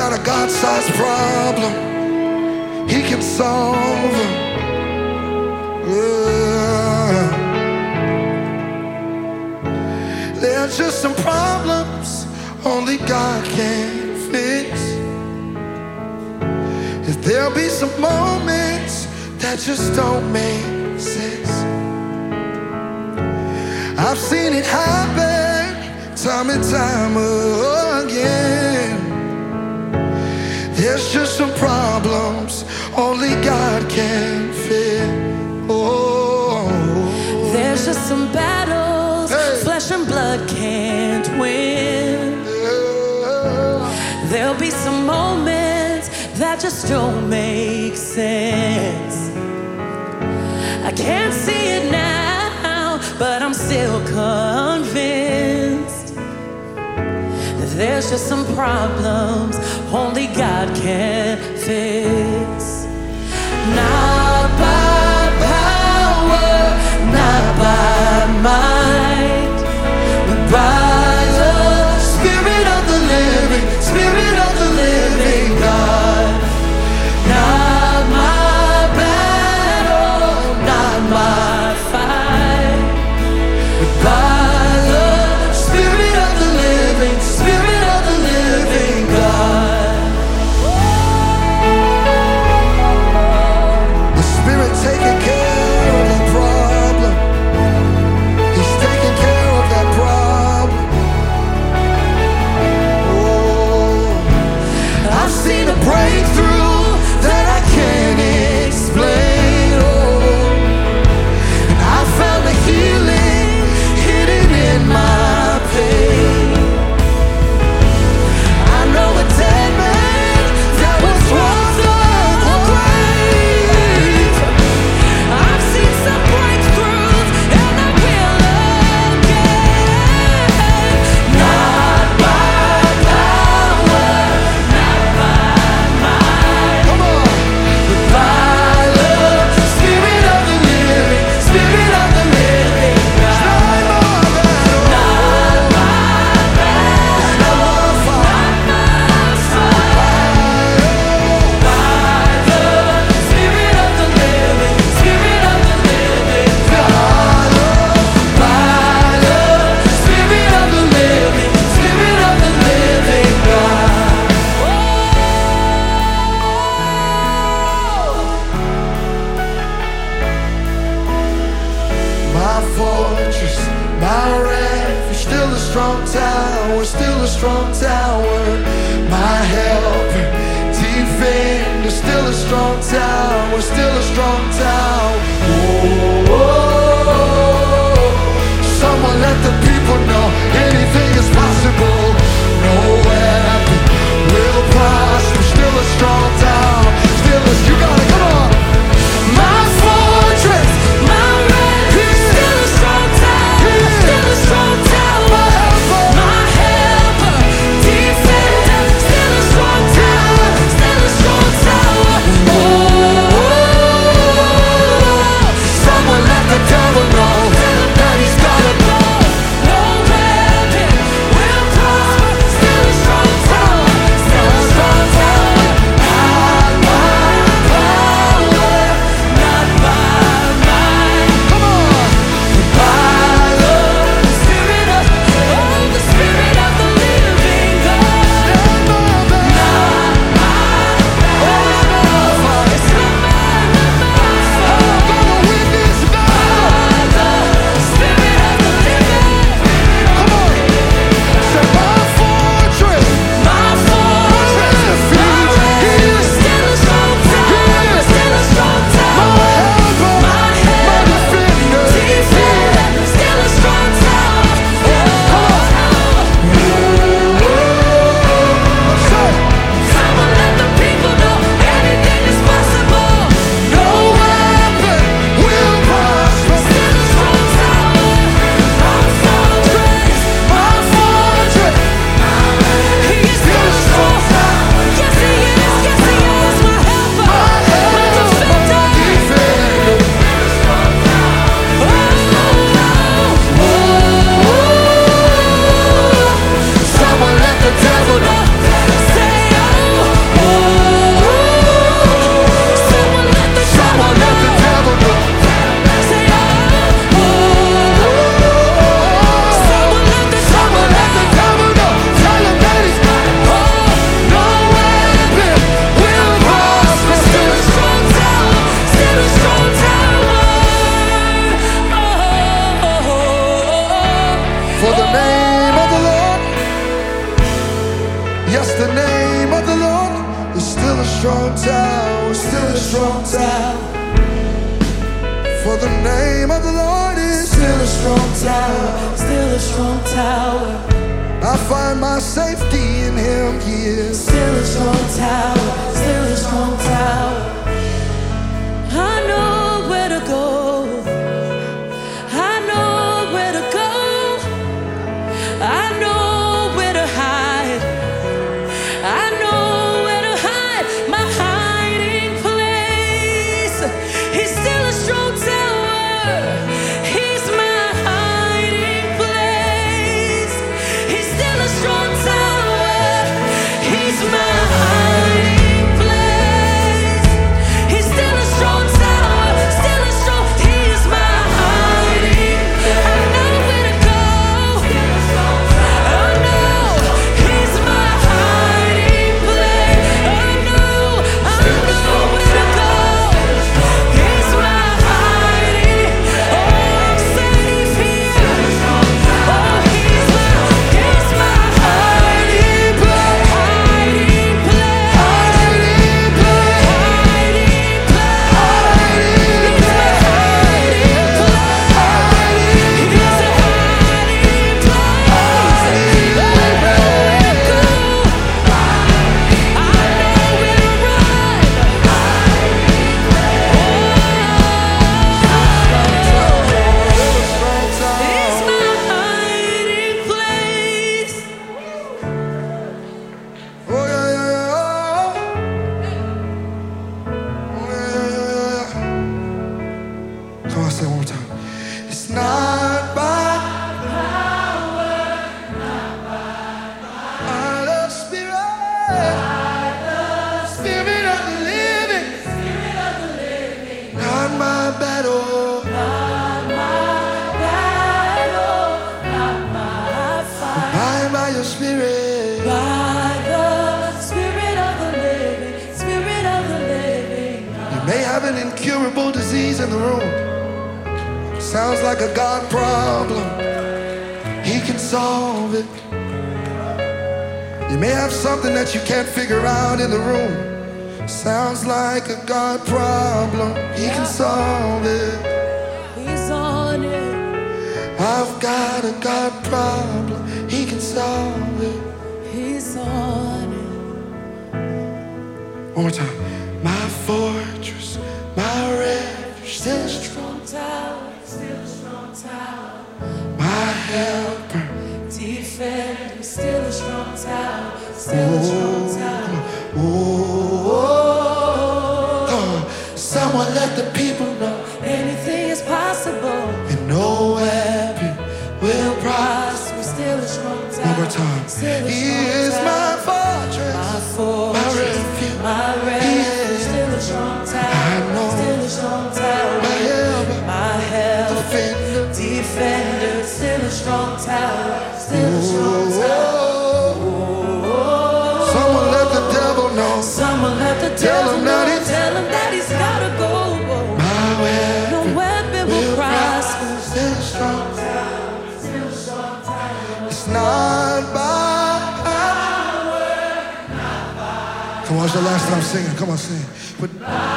God-sized problem, He can solve them. Yeah. There's just some problems only God can fix. If there'll be some moments that just don't make sense. I've seen it happen time and time again. There's just some problems only God can fix. Oh. There's just some battles Hey. flesh and blood can't win. Yeah. There'll be some moments that just don't make sense. I can't see it now, but I'm still convinced. that There's just some problems only God can fix. Not by power, not by might. By the Spirit of the Living, Spirit of the Living God. Not my battle, not my fight. By the Spirit of the Living, Spirit of the Living God. The Spirit taking care of the problem. He's taking care of that problem. Oh, I've seen a breakthrough that I can't explain. Oh. I found the healing hidden in my pain. I know a dead man that was once the grave. I've seen some breakthroughs, and I will again. Not by power, Come on. By the Spirit of the Living, Spirit of the Living God. Try more battle. Not my battle. Spirit of the Living, Spirit of the Living. Spirit of the living, spirit of the living God. My fortress, my refuge, still a strong tower, still a strong tower. My helper, defender, still a strong tower, still a strong tower. Whoa, Someone let the people know anything is possible. No weapon will prosper. Still a strong tower, still a you got it. Come on, my fortress, My refuge, still a strong tower, still a strong tower. My helper, defender, still a strong tower, still a strong tower. Oh, For the name of the Lord, yes, the name of the Lord is still a strong tower, still a strong tower. For the name of the Lord is still a strong tower. Still a strong tower, I find my safety in Him, He is. still a strong tower, still a strong tower. I know where to go. I know where to go. I know where to hide. I know where to hide. My hiding place. He's still a strong tower. He's my hiding place. He's still a strong tower. He's my hiding place. He's still a strong tower. Still a strong. He's my hiding. I know where to go. I know He's my hiding place. I know. I know where to go. He's my hiding. Oh, I'm safe here. Oh, He's my. He's my hiding place. Hiding place. Hiding place. Hiding place. He's my hiding place. He's a hiding place. Still a strong tower. Oh, yeah, yeah, yeah. Oh, yeah, yeah, yeah, yeah. Come on, say it one more time. It's not by my love spirit. Spirit of the living. Not my battle. I am by your spirit. You may have an incurable disease in the room. Sounds like a God problem. He can solve it. You may have something that you can't figure out in the room. Sounds like a God problem. He can solve it. I've got a God problem. He can solve it. One more time. My fortress, my refuge, still a strong, my helper. Defender, still a strong tower, still a strong tower. Oh, someone let the people know, Anything is possible. and no weapon will prosper. Us, we're still a strong tower. One more time. Still a He strong is tower. my fortress. My fortress, My refuge. my He refuge, is still a strong I know. tower, still a strong tower. My helper, My help, defender. defender, still a strong tower, still a strong tower. Someone let the devil know. Someone let the Tell devil him that know, it's- tell him that he's gotta go. My No weapon weapon will will prosper. prosper. Still strong. It's not by power. Come on, it's the last time I'm singing. Come on, sing. But